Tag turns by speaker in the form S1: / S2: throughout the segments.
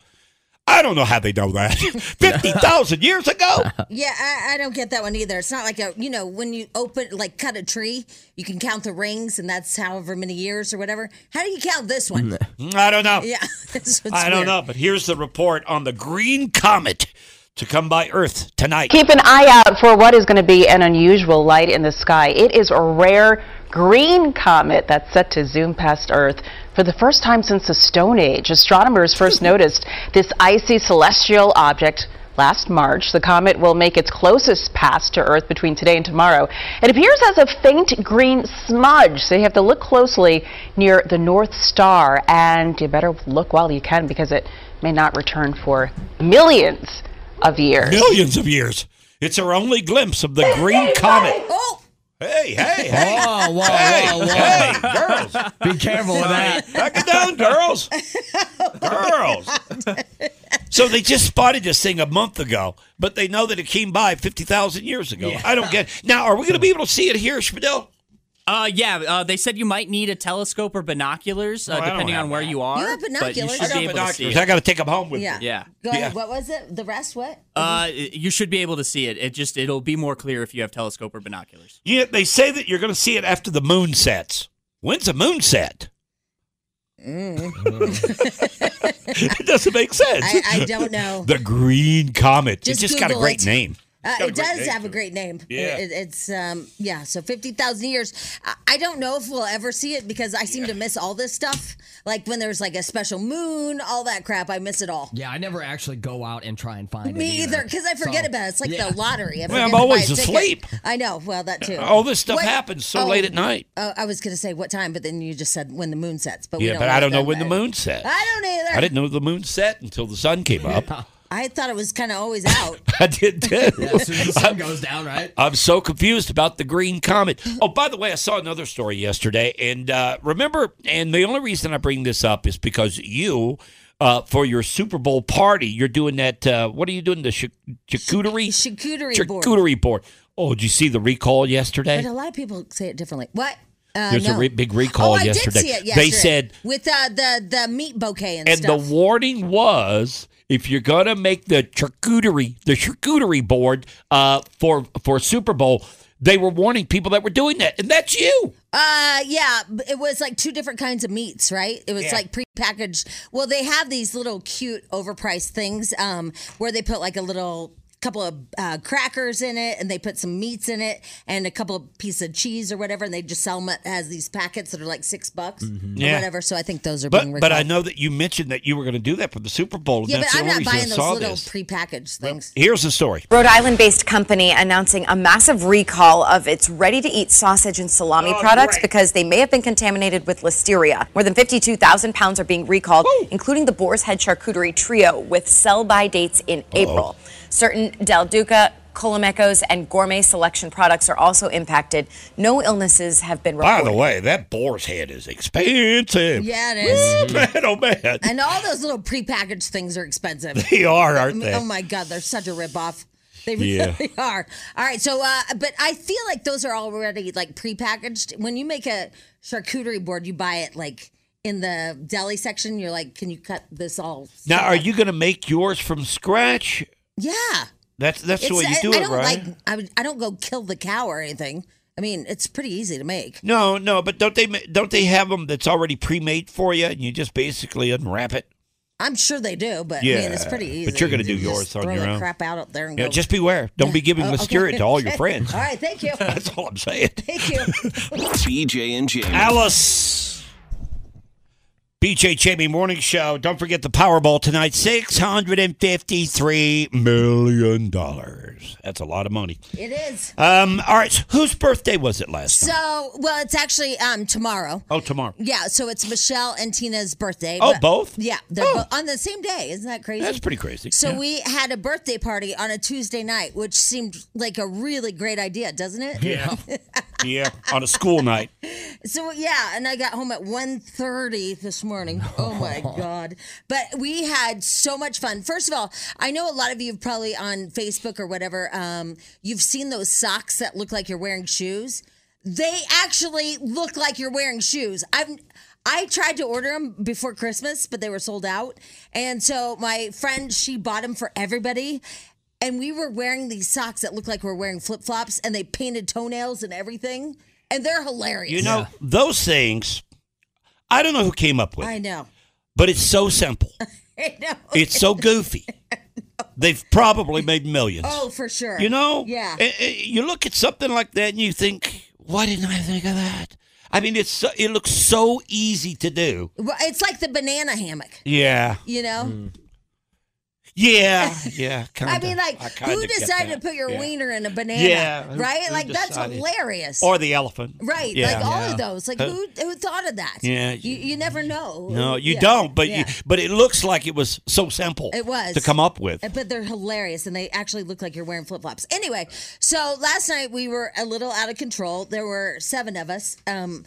S1: I don't know how they know that. 50,000 years ago?
S2: yeah, I, I don't get that one either. It's not like a you know when you open like cut a tree, you can count the rings, and that's however many years or whatever. How do you count this one?
S1: Mm, I don't know.
S2: Yeah, that's what's
S1: I don't
S2: weird.
S1: know, but here's the report on the green comet to come by Earth tonight.
S3: Keep an eye out for what is going to be an unusual light in the sky. It is a rare green comet that's set to zoom past Earth for the first time since the Stone Age. Astronomers first noticed this icy celestial object last March. The comet will make its closest pass to Earth between today and tomorrow. It appears as a faint green smudge, so you have to look closely near the North Star, and you better look while you can because it may not return for millions of years.
S1: Millions of years. It's our only glimpse of the green comet.
S2: Oh,
S1: Hey, hey, hey.
S4: Whoa, whoa,
S1: Hey,
S4: whoa, whoa.
S1: hey, girls.
S4: Be careful with that.
S1: Back it down, girls. girls. So they just spotted this thing a month ago, but they know that it came by 50,000 years ago. I don't get Now, are we going to be able to see it here, Schmidl?
S5: Uh, yeah. Uh, they said you might need a telescope or binoculars, uh,
S1: Oh, I don't
S5: depending
S1: have
S5: on where
S1: that.
S5: you are.
S2: You have
S5: But you
S2: binoculars.
S5: should
S2: I got
S5: be able to see
S1: Binoculars.
S5: it.
S1: I got to take them home with
S2: yeah,
S1: me.
S5: Yeah.
S2: Go ahead.
S1: Yeah.
S2: What was it? The rest? What?
S5: Uh, you should be able to see it. It just it'll be more clear if you have telescope or binoculars.
S1: Yeah, they say that you're going to see it after the moon sets. When's the moon set? it doesn't make sense.
S2: Mm. I, I don't know.
S1: The green comet.
S2: Just
S1: it just got a
S2: Google
S1: great
S2: it.
S1: name.
S2: Uh,
S1: got a great
S2: it does
S1: name
S2: have
S1: to
S2: a
S1: it.
S2: great name.
S1: Yeah.
S2: It, it's um yeah. So fifty thousand years. I, I don't know if we'll ever see it because I seem to miss all this stuff. Like when there's like a special moon, all that crap. I miss it all.
S4: Yeah, I never actually go out and try and find
S2: Me
S4: it
S2: either, because I forget
S4: So,
S2: about it. It's like
S4: yeah.
S2: the lottery. I
S1: Well, I'm
S2: forget to buy
S1: always
S2: a ticket.
S1: asleep.
S2: I know. Well, that too.
S1: All this stuff
S2: What-
S1: happens so
S2: oh,
S1: late at night.
S2: Oh, I was going to say what time, but then you just said when the moon sets. But we
S1: Yeah,
S2: don't
S1: but I
S2: like
S1: don't know
S2: that,
S1: when the
S2: right?
S1: moon set.
S2: I don't either.
S1: I didn't know the moon set until the sun came up.
S2: I thought it was kind of always out.
S1: I did too.
S4: As soon as the sun goes down, right?
S1: I'm so confused about the green comet. Oh, by the way, I saw another story yesterday, and uh, remember, and the only reason I bring this up is because you, uh, for your Super Bowl party, you're doing that. Uh, what are you doing? The ch- charcuterie,
S2: Charcuterie board.
S1: charcuterie board. Oh, did you see the recall yesterday?
S2: But a lot of people say it differently. What? Uh,
S1: There's a
S2: no.
S1: re- big recall
S2: oh, I
S1: yesterday.
S2: Did see it yesterday.
S1: They said,
S2: with uh, the the meat bouquet and,
S1: and
S2: stuff.
S1: the warning was. If you're gonna make the charcuterie, the charcuterie board uh, for for Super Bowl, they were warning people that were doing that, and that's you.
S2: Uh, yeah, b- it was like two different kinds of meats, right? It was
S1: Yeah.
S2: like prepackaged. Well, they have these little cute overpriced things um, where they put like a little couple of uh, crackers in it, and they put some meats in it, and a couple of pieces of cheese or whatever, and they just sell them as these packets that are like six bucks
S1: Mhm.
S2: or
S1: Yeah.
S2: whatever. So I think those are being
S1: But
S2: recalled.
S1: but I know that you mentioned that you were going to do that for the Super Bowl. and
S2: yeah, but
S1: that's the
S2: I'm
S1: only
S2: not
S1: reason I
S2: buying those
S1: saw
S2: little
S1: this.
S2: prepackaged things.
S1: Here's the story.
S6: Rhode Island based company announcing a massive recall of its ready to eat sausage and salami products because they may have been contaminated with listeria. More than 52,000 pounds are being recalled, including the Boar's Head Charcuterie Trio with sell by dates in April. Certain Del Duca, Colomecos, and Gourmet Selection products are also impacted. No illnesses have been
S1: By
S6: reported.
S1: the way, that boar's head is expensive.
S2: Yeah, it is.
S1: Woo, man, oh man.
S2: And all those little prepackaged things are expensive.
S1: They are, aren't
S2: I mean,
S1: they?
S2: Oh my God, they're such a ripoff. They
S1: Yeah.
S2: really are. All right, so uh, but I feel like those are already like prepackaged. When you make a charcuterie board, you buy it like in the deli section. You're like, can you cut this all?
S1: Now, are you going to make yours from scratch?
S2: Yeah,
S1: That's that's the way you
S2: I-
S1: do
S2: I
S1: it,
S2: don't
S1: right?
S2: Like, I, would- I don't go kill the cow or anything. I mean, it's pretty easy to make.
S1: no, no, but don't they ma- don't they have them that's already pre-made for you, and you just basically unwrap it?
S2: I'm sure they do, but I mean, it's pretty
S1: Yeah,
S2: easy.
S1: but you're gonna do
S2: You just
S1: yours on
S2: throw
S1: your
S2: that
S1: own.
S2: Crap out up there and
S1: Yeah,
S2: go.
S1: just beware. Don't be giving
S2: Oh, okay.
S1: listeria to all your friends.
S2: All right, thank you.
S1: That's all I'm saying.
S2: Thank you.
S7: BJ and Jamie.
S1: Alice. BJ Jamie Morning Show. Don't forget the Powerball tonight. $653 million. That's a lot of money.
S2: It is.
S1: Um, all right. so whose birthday was it last night?
S2: So, well, it's actually um tomorrow.
S1: Oh, tomorrow.
S2: Yeah, so it's Michelle and Tina's birthday.
S1: Oh,
S2: But-
S1: both? Oh.
S2: Yeah, they're both on the same day. Isn't that crazy?
S1: That's pretty crazy.
S2: So
S1: Yeah.
S2: we had a birthday party on a Tuesday night, which seemed like a really great idea, doesn't it?
S1: Yeah. yeah, on a school night.
S2: So yeah, and I got home at 1.30 this morning. Oh my god. But we had so much fun. First of all, I know a lot of you have probably on Facebook or whatever, um, you've seen those socks that look like you're wearing shoes. They actually look like you're wearing shoes. I've I tried to order them before Christmas, but they were sold out. And so my friend, she bought them for everybody. And we were wearing these socks that look like we're wearing flip flops, and they painted toenails and everything. And they're hilarious.
S1: You know, those things, I don't know who came up with
S2: I
S1: it,
S2: know.
S1: but it's so simple.
S2: I know.
S1: It's so goofy. They've probably made millions.
S2: Oh, for sure.
S1: You know,
S2: Yeah.
S1: eh, eh, you look at something like that and you think, why didn't I think of that? I mean, it's so, it looks so easy to do.
S2: Well, it's like the banana hammock.
S1: Yeah,
S2: You know.
S1: yeah, yeah. Mm. Kinda.
S2: I mean, like,
S1: kinda
S2: who
S1: get
S2: decided to
S1: that.
S2: put your
S1: Yeah.
S2: wiener in a banana?
S1: Yeah, who-
S2: Right?
S1: who
S2: like, that's
S1: decided?
S2: hilarious.
S1: Or the elephant.
S2: right.
S1: Yeah.
S2: Like, all of
S1: Yeah.
S2: those. Like,
S1: Uh,
S2: who who thought of that?
S1: Yeah.
S2: You, you never know.
S1: No, you
S2: Yeah.
S1: don't. But you,
S2: Yeah.
S1: but it looks like it was so simple.
S2: It was
S1: to come up with.
S2: Uh, But they're hilarious, and they actually look like you're wearing flip flops. Anyway, so last night we were a little out of control. There were seven of us, um,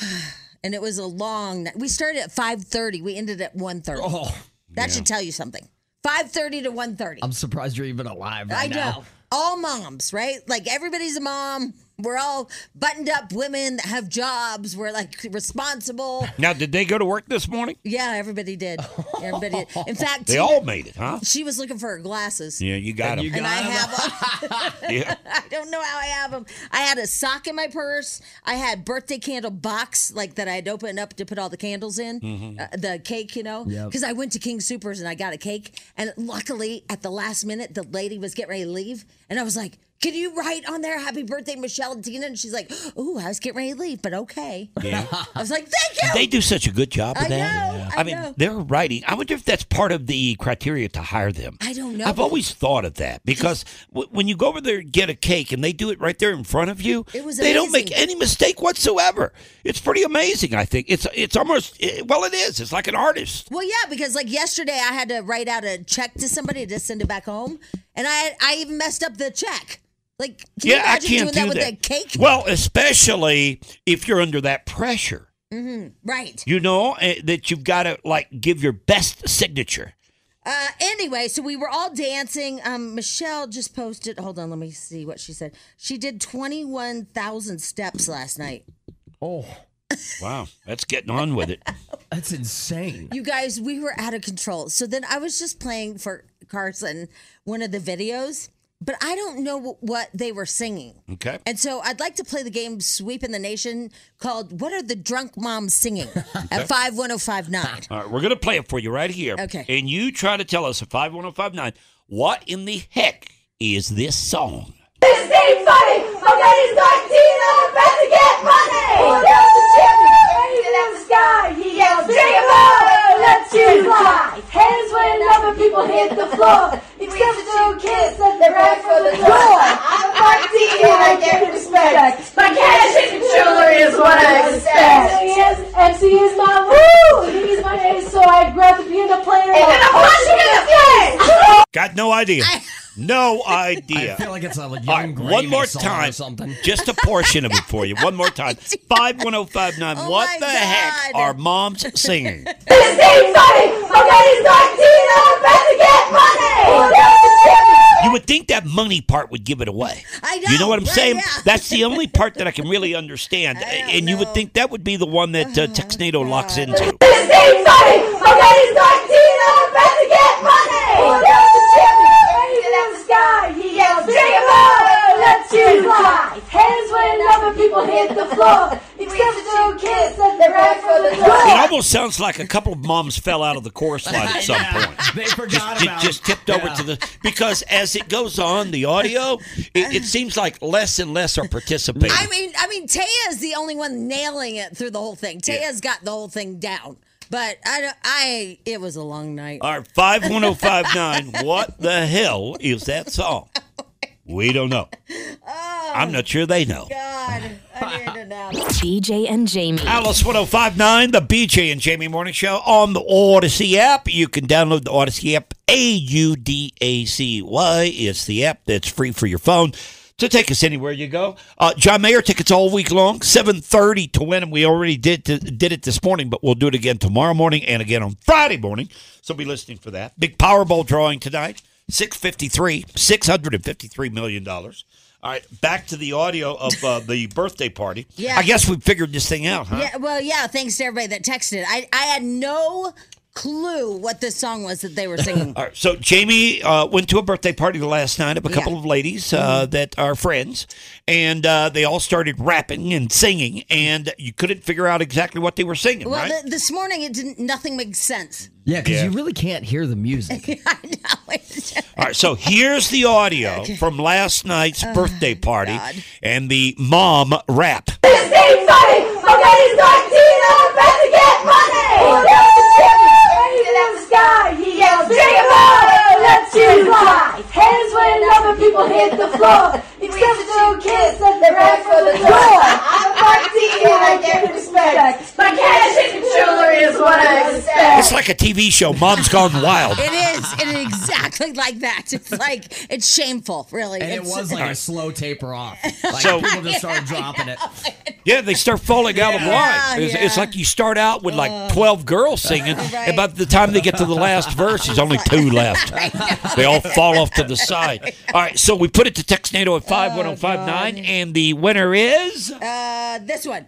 S2: and it was a long. night. We started at five thirty. We ended at one thirty.
S4: Oh.
S2: that should tell you something. Five thirty to one thirty.
S4: I'm surprised you're even alive
S2: I
S4: right now.
S2: know. All moms, right? Like everybody's a mom. We're all buttoned up women that have jobs. We're like responsible.
S1: Now, did they go to work this morning?
S2: Yeah, everybody did. Everybody. Did. In fact,
S1: They
S2: Tina-
S1: all made it, huh?
S2: She was looking for her glasses.
S1: Yeah, you got
S4: You
S1: them.
S2: and I
S4: got 'em.
S2: have
S1: Yeah.
S2: I don't know how I have them. I had a sock in my purse. I had birthday candle box like that I'd open up to put all the candles in, uh, the cake, you know,
S4: Yep.
S2: because I went to King Supers and I got a cake. And luckily, at the last minute, the lady was getting ready to leave, and I was like. Can you write on there "Happy Birthday, Michelle and Tina"? And she's like, "Ooh, I was getting ready to leave, but okay."
S1: Yeah.
S2: I was like, "Thank you."
S1: They do such a good job of
S2: I
S1: that.
S2: know,
S1: I,
S2: I
S1: mean,
S2: know.
S1: they're writing. I wonder if that's part of the criteria to hire them.
S2: I don't know.
S1: I've always thought of that because w- when you go over there and get a cake and they do it right there in front of you,
S2: It was
S1: they don't make
S2: amazing.
S1: any mistake whatsoever. It's pretty amazing, I think. It's it's almost eh, well, it is. It's like an artist.
S2: Well, yeah, because like yesterday, I had to write out a check to somebody to send it back home, and I I even messed up the check. Like, can you
S1: yeah, I
S2: imagine
S1: can't
S2: doing that
S1: do
S2: with
S1: that.
S2: a cake?
S1: Well, especially if you're under that pressure.
S2: right.
S1: You know eh, that you've got to like give your best signature.
S2: Uh, anyway, so we were all dancing. Um, Michelle just posted. Hold on, let me see what she said. She did twenty one thousand steps last night.
S4: Oh,
S1: Wow, that's getting on with it.
S4: that's insane.
S2: You guys, we were out of control. So then I was just playing for Carson one of the videos, but I don't know wh- what they were singing.
S1: Okay.
S2: And so I'd like to play the game Sweep in the Nation called What Are the Drunk Moms Singing at 51059.
S1: All right, we're going to play it for you right here.
S2: Okay.
S1: And you try to tell us at 51059 What in the heck is this song?
S8: This ain't funny. Okay, it's like Tina. I'm about to get money. Here's the chimney. Raising in the sky. He yells, Jimbo, let you fly. Hands when other people hit the floor. Except for two kids that they right for the door. I'm a party and I get respect. My cash and jewelry is what I expect. MC is, MC is my woo. He's my ace, so I grab the piano player. And then I punch him in the face.
S1: Got no idea. No idea.
S4: I feel like it's a young
S1: All right, one
S4: Gravy
S1: more
S4: song
S1: time.
S4: or something.
S1: Just a portion of it for you. One more time. 51059. what the heck are moms singing?
S8: This ain't funny. Okay, it's not Tina. I'm about to get money. Here's the chimney.
S1: You would think that money part would give it away.
S8: I
S1: You know
S8: know,
S1: what I'm
S8: right,
S1: saying?
S8: yeah.
S1: That's the only part that I can really understand. And you would think that would be the one that
S4: Oh
S1: uh, Tuxedo locks into.
S8: This ain't funny. Okay, it's not Tina. I'm about to get money. Here's the chimney. Raising in the sky. He yells, Jimbo, let you fly. Hands when other people hit the floor. Except for two kids that they right for the door.
S4: Oh.
S1: It almost sounds like a couple of moms fell out of the chorus line at some point.
S4: They forgot
S1: Ju-
S4: about
S1: just tipped over to the because as it goes on, the audio it, it seems like less and less are participating.
S2: I mean, I mean, Taya's the only one nailing it through the whole thing. Taya's got the whole thing down. But I, don't- I, it was a long night.
S1: All right, five one zero five nine. What the hell is that song? We don't know.
S4: Oh.
S1: I'm not sure they know.
S9: BJ and Jamie.
S1: Alice 1059, the BJ and Jamie Morning Show on the Odyssey app. You can download the Odyssey app, A U D A C Y. It's the app that's free for your phone to take us anywhere you go. Uh, John Mayer tickets all week long, 730 to win. And we already did, did it this morning, but we'll do it again tomorrow morning and again on Friday morning. So be listening for that. Big Powerball drawing tonight, 653, $653 million. All right, back to the audio of uh, the birthday party.
S2: Yeah.
S1: I guess we figured this thing out, huh?
S2: Yeah, well, yeah. Thanks to everybody that texted. I, I had no clue what this song was that they were singing.
S1: All right, so Jamie uh, went to a birthday party last night of a couple of ladies uh,
S2: Mm-hmm.
S1: that are friends, and uh, they all started rapping and singing, and you couldn't figure out exactly what they were singing,
S2: well,
S1: right?
S2: th- this morning it didn't. Nothing makes sense.
S4: Yeah, because
S1: Yeah.
S4: you really can't hear the music.
S1: all right, so here's the audio from last night's
S2: Oh,
S1: birthday party and the mom rap.
S8: This ain't funny. Okay, it's not Tina. I'm about to get money. Here's the chimney. Raising in the sky. He yells, Jimbo, let you fly. Hands when other people hit the floor. Except for two kids that they right for the door. I'm a party and I get respect. My cash and jewelry is what I expect.
S1: It's like a TV show, Mom's Gone Wild.
S2: It is. It is exactly like that. It's like it's shameful, really.
S4: And it
S2: It's-
S4: was like a slow taper off. Like
S1: So-
S4: people just started dropping it.
S1: Yeah, they start falling out of line. It's, it's like you start out with
S5: Uh.
S1: like 12 girls singing, and by the time they get to the last verse, there's only two left. They all fall off to the side. All right, so we put it to Texnado at
S5: Oh,
S1: 51059, and the winner is.
S2: uh, this one.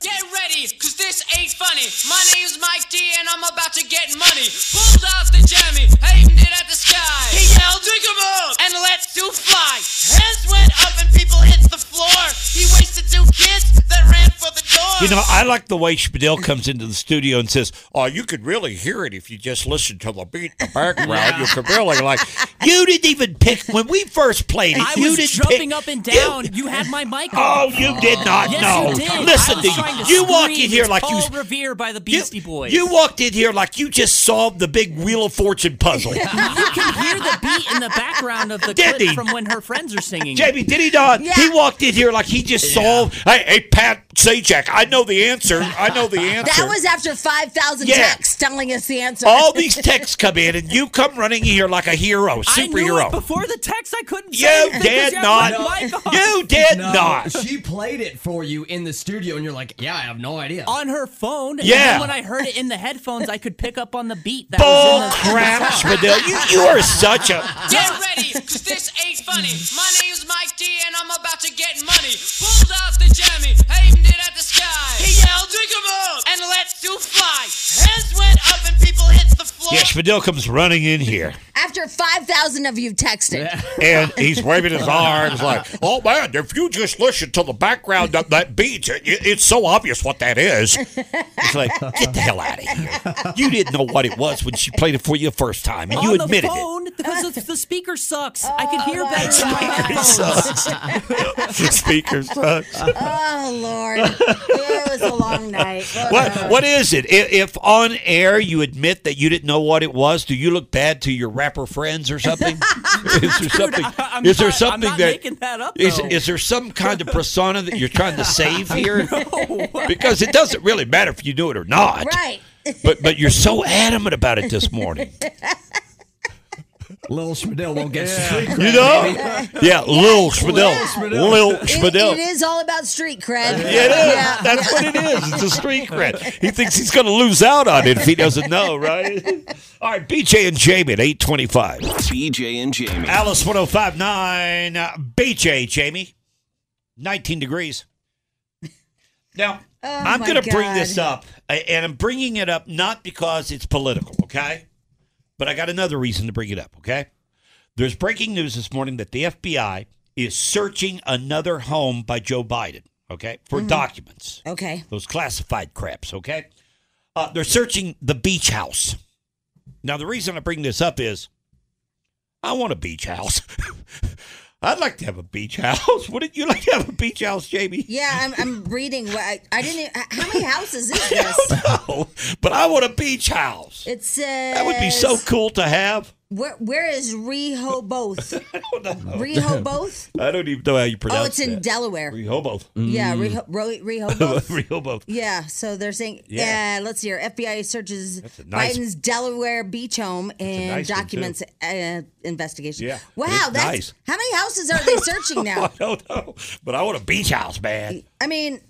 S10: Get ready, cause this ain't funny. My name's Mike D and I'm about to get money. Pulled out the jammy, aimed it at the sky. He yelled, drink 'em up, and let you fly. Hands went up and people hit the floor. He wasted two kids that ran for the door.
S1: You know, I like the way Spadil comes into the studio and says, "Oh, you could really hear it if you just listen to the beat in the background. You could really like. You didn't even pick when we first played it.
S5: I
S1: you
S5: was
S1: didn't
S5: jumping
S1: pick,
S5: up and down. You, had my mic.
S1: Oh,
S5: on.
S1: you did not
S5: Yes,
S1: know.
S5: you did.
S1: Listen
S5: I was
S1: to you.
S5: trying
S1: You walk in
S5: scream.
S1: here
S5: It's
S1: like you-
S5: Paul Revere by the Beastie Boys.
S1: You walked in here like you just solved the big Wheel of Fortune puzzle.
S5: You can hear the beat in the background of the
S1: Did
S5: clip
S1: he?
S5: from when her friends are singing.
S1: Jamie, did he not? He walked in here like he just solved. Hey, hey, Pat Sajak, I know the answer. I know the answer.
S2: That was after five thousand
S1: Yeah.
S2: texts telling us the answer.
S1: All these texts come in, and you come running in here like a hero,
S5: I knew
S1: superhero.
S5: it before the text. I couldn't. say
S1: You
S5: anything 'cause
S1: did
S5: you had
S1: not.
S5: my mic on.
S1: You did
S4: No,
S1: not.
S4: She played it for you in the studio, and you're like, "Yeah, I have no idea."
S5: on her phone. and
S1: Yeah.
S5: then when I heard it in the headphones, I could pick up on the beat. That
S1: Bull
S5: was in the,
S1: crap, Spadil. You, you are such a.
S10: Get ready, cause this ain't funny. My name's Mike D and I'm about to get money. Pulled out the jammy, aimed it at the sky. He yelled, drink 'em up, and let you fly. Hands went up and people hit the floor.
S1: Yeah, Spadil comes running in here.
S2: After sure 5,000 of you texted.
S1: and he's waving his arms like, "Oh man, if you just listen to the background of that beat, it, it- it's so obvious what that is." It's like, get the hell out of here! You didn't know what it was when she played it for you the first time, and you
S9: on
S1: admitted
S9: the
S1: it.
S9: phone because the, the speaker sucks. I can
S10: Oh
S9: hear better.
S1: Speaker
S2: Oh,
S1: sucks. Speaker sucks.
S2: Oh, Lord. It was a long night.
S1: What what is it? I- If on air you admit that you didn't know what it was, do you look bad to your rapper friends or something? is there something?
S9: I'm
S1: is there
S9: not- I'm
S1: something
S9: not
S1: that-
S9: making that up,
S1: is-
S9: though.
S1: is there some kind of persona that you're trying to save here? Because it doesn't really matter if you do it or not.
S2: Right.
S1: But but you're so adamant about it this morning.
S11: Little Schmidl won't get street cred,
S1: You know?
S11: baby.
S1: Yeah, Lil Schmidl.
S2: Yeah.
S1: Lil
S2: It-
S1: Schmidl.
S2: it is all about street cred.
S1: Yeah, it is. That's what it is. It's a street cred. He thinks he's going to lose out on it if he doesn't know, right? All right, BJ and Jamie at 825.
S7: BJ and Jamie.
S1: Alice 1059. Uh, BJ, Jamie, 19 degrees. Now, I'm
S9: Oh my
S1: going to bring
S9: God.
S1: this up, a- and I'm bringing it up not because it's political, okay? But I got another reason to bring it up, okay? There's breaking news this morning that the FBI is searching another home by Joe Biden, okay, for
S9: Mm-hmm.
S1: documents.
S2: Okay.
S1: Those classified craps, okay? Uh, they're searching the beach house. Now, the reason I bring this up is I want a beach house. I'd like to have a beach house. Wouldn't you like to have a beach house, Jamie?
S2: Yeah, I'm, I'm reading. What I, I didn't. e, How many houses is this?
S1: But I want a beach house.
S2: It says
S1: That would be so cool to have.
S2: Where, where is Rehoboth?
S1: Oh,
S2: Rehoboth?
S1: I don't even know how you pronounce
S2: Oh, it's in
S1: that. Mm.
S2: Delaware.
S1: Rehoboth.
S2: Yeah, Reho- Ro- Rehoboth.
S1: Rehoboth.
S2: Yeah, so they're saying,
S1: Yeah.
S2: yeah, let's see here. FBI searches
S1: a nice-
S2: Biden's Delaware beach home and
S1: nice one,
S2: documents uh, investigation.
S1: Yeah,
S2: Wow,
S1: it's
S2: that's
S1: nice.
S2: how many houses are they searching now?
S1: I don't know, but I want a beach house, man.
S2: I mean,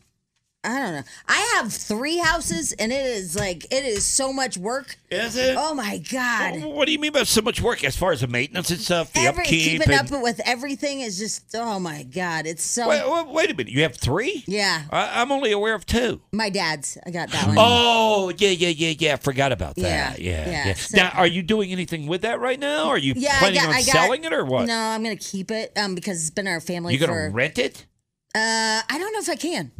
S2: I don't know. I have three houses, and it is like it is so much work.
S1: Is it?
S2: Oh my god!
S1: What do you mean by so much work as far as the maintenance and stuff, the
S2: Every
S1: upkeep?
S2: keeping
S1: and-
S2: up with everything is just oh my god! It's so
S1: wait, wait, wait a minute, you have three?
S2: yeah.
S1: I, I'm only aware of two.
S2: My dad's. I got that one.
S1: Oh yeah, yeah, yeah, yeah. I forgot about that.
S2: Yeah,
S1: Yeah, yeah.
S2: yeah, so-
S1: now, are you doing anything with that right now? Are you
S2: Yeah,
S1: planning
S2: I got,
S1: on
S2: I got-
S1: selling it or what?
S2: No, I'm gonna keep it um because it's been our family
S1: you gonna
S2: for.
S1: rent it?
S2: uh, I don't know if I can.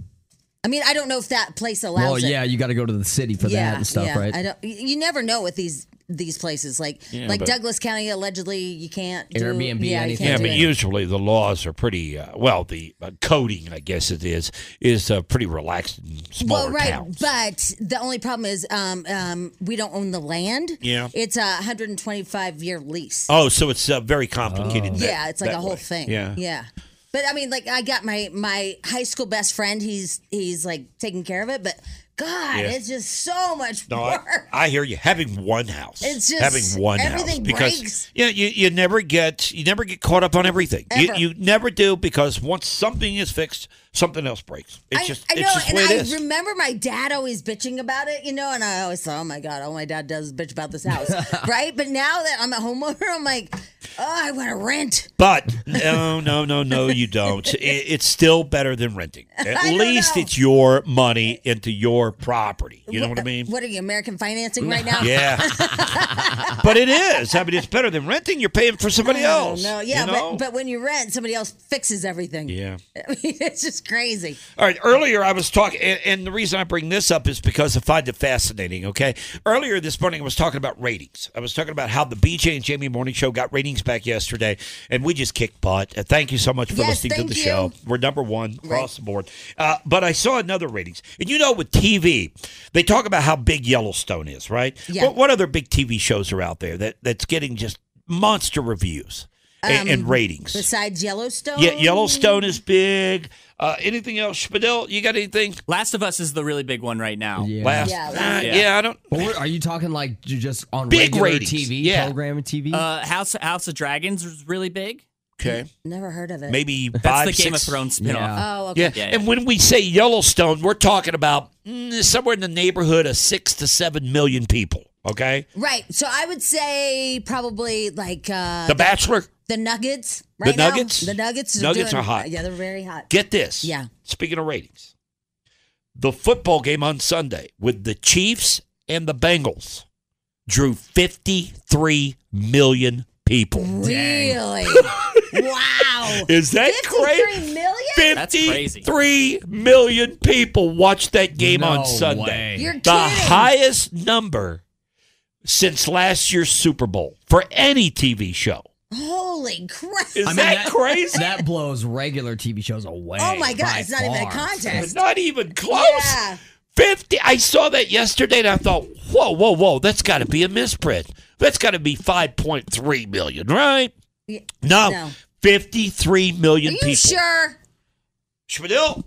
S2: I mean, I don't know if that place allows
S11: Well,
S2: it.
S11: yeah, you got to go to the city for that and stuff,
S2: yeah.
S11: right?
S2: I don't. y- You never know with these these places like
S1: Yeah,
S2: like
S1: but-
S2: Douglas County allegedly you can't do,
S11: Airbnb,
S2: yeah, you
S11: anything.
S2: can't
S1: Yeah,
S2: do
S1: but
S2: it.
S1: usually the laws are pretty uh, well. The uh, coding, I guess it is, is uh, pretty relaxed in smaller
S2: well, right,
S1: towns.
S2: but the only problem is um, um, we don't own the land.
S1: Yeah.
S2: it's a 125 year lease.
S1: Oh, so it's uh, very complicated. that-
S2: Oh. yeah, it's like
S1: that
S2: a whole
S1: way.
S2: thing.
S1: Yeah,
S2: yeah. But I mean, like I got my my high school best friend. He's he's like taking care of it, but God,
S1: Yeah.
S2: it's just so much
S1: No, I,
S2: work.
S1: I hear you. Having one house,
S2: It's just
S1: having one house
S2: everything
S1: because
S2: breaks.
S1: yeah, you, you never get you never get caught up on everything. You,
S2: Ever.
S1: you never do because once something is fixed, something else breaks. It's
S2: I,
S1: just
S2: I know,
S1: it's just the
S2: and
S1: way it
S2: I
S1: is.
S2: remember my dad always bitching about it, you know, and I always thought, oh my God, all my dad does is bitch about this house, right? But now that I'm a homeowner, I'm like, oh, I want to rent.
S1: But no, no, no, no, you don't. It, it's still better than renting. At least it's your money into your property. You know what I mean?
S2: What are you, American financing right now?
S1: Yeah. but it is. I mean, it's better than renting. You're paying for somebody else.
S2: No, yeah,
S1: you know?
S2: but, but when you rent, somebody else fixes everything.
S1: yeah.
S2: I mean, it's just crazy.
S1: All right. Earlier, I was talking, and, and the reason I bring this up is because I find it fascinating. Okay. Earlier this morning, I was talking about ratings. I was talking about how the BJ and Jamie Morning Show got ratings back yesterday, and we just kicked butt. Uh, Thank you so much for
S9: Yes,
S1: listening to
S9: thank
S1: the
S9: you.
S1: show. We're number one across the board. Uh, but I saw another ratings, and you know, with TV, they talk about how big Yellowstone is, right?
S9: Yeah.
S1: What, what other big TV shows are out there that that's getting just monster reviews and, and
S2: Um,
S1: ratings?
S2: Besides Yellowstone?
S1: Yeah, Yellowstone is big. Uh, anything else, Spadil? You got anything?
S5: Last of Us is the really big one right now.
S11: Yeah.
S1: Last-
S11: Yeah,
S1: uh, yeah. I don't.
S11: But we're- are you talking like j- just on
S5: Big
S11: regular
S5: ratings,
S11: TV
S5: yeah.
S11: program and TV?
S5: Uh, House House of Dragons is really big.
S1: Okay.
S2: Never heard of it.
S1: Maybe
S5: That's
S1: five,
S5: the Game
S1: six-
S5: of Thrones spinoff.
S2: Yeah. Oh, okay.
S1: Yeah.
S5: Yeah,
S1: And when we say Yellowstone, we're talking about mm, somewhere in the neighborhood of six to seven million people. Okay.
S2: Right. So I would say probably like uh,
S1: the Bachelor.
S2: the Nuggets.
S1: The
S2: Right now.
S1: Nuggets?
S2: The Nuggets.
S1: Nuggets
S2: doing-
S1: are hot.
S2: Yeah, they're very hot.
S1: Get this.
S2: Yeah.
S1: Speaking of ratings, the football game on Sunday with the Chiefs and the Bengals drew fifty-three million people. people.
S2: Really? wow.
S1: Is that crazy?
S2: 53 million?
S1: 53 million people watched that game
S2: No
S1: on Sunday.
S2: way. You're
S1: the
S2: kidding.
S1: highest number since last year's Super Bowl for any TV show.
S2: Holy crap.
S1: crazy?
S11: That blows regular TV shows away.
S2: Oh my God,
S11: by
S2: it's not even a
S11: far.
S2: contest.
S1: Not even close. 50. I saw that yesterday and I thought, whoa, whoa, whoa, that's got to be a misprint. That's got to be 5.3 million, right? No,
S2: no.
S1: 53 million
S2: Are you
S1: people.
S2: sure?
S1: Schmidl?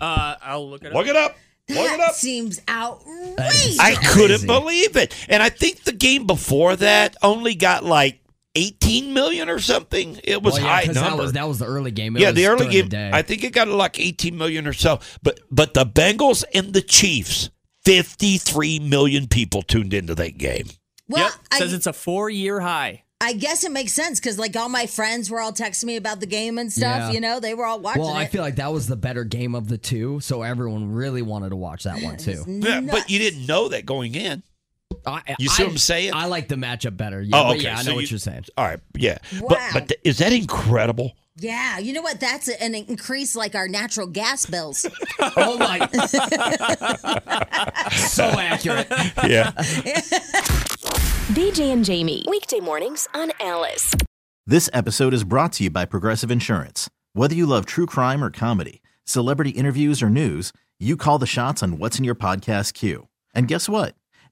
S5: Uh, I'll look it up.
S1: Look it up. Look
S2: That
S1: it up.
S2: seems outrageous.
S1: I couldn't believe it. And I think the game before that only got like 18 million or something. It was
S11: Well, yeah,
S1: high
S11: 'cause
S1: number.
S11: That was, that was the early game. It
S1: yeah,
S11: was
S1: the early
S11: during
S1: game.
S11: day.
S1: I think it got like 18 million or so. But but the Bengals and the Chiefs, 53 million people tuned into that game.
S2: Well, I-
S5: Says it's a four-year high.
S2: I guess it makes sense because like all my friends were all texting me about the game and stuff.
S11: Yeah.
S2: You know, they were all watching
S11: Well, I
S2: it.
S11: feel like that was the better game of the two, so everyone really wanted to watch that one too.
S1: Yeah, but you didn't know that going in. you see
S11: I-
S1: what I'm saying?
S11: I like the matchup better. Yeah,
S1: oh,
S11: but
S1: okay.
S11: yeah, I
S1: so
S11: know what
S1: you-
S11: you're saying.
S1: All right, yeah. But
S2: Wow.
S1: but th- is that incredible?
S2: yeah, you know what? That's an increase like our natural gas bills.
S11: oh my!
S8: so accurate.
S1: Yeah.
S12: BJ and Jamie. Weekday mornings on Alice.
S13: This episode is brought to you by Progressive Insurance. Whether you love true crime or comedy, celebrity interviews or news, you call the shots on what's in your podcast queue. And guess what?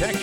S14: Protect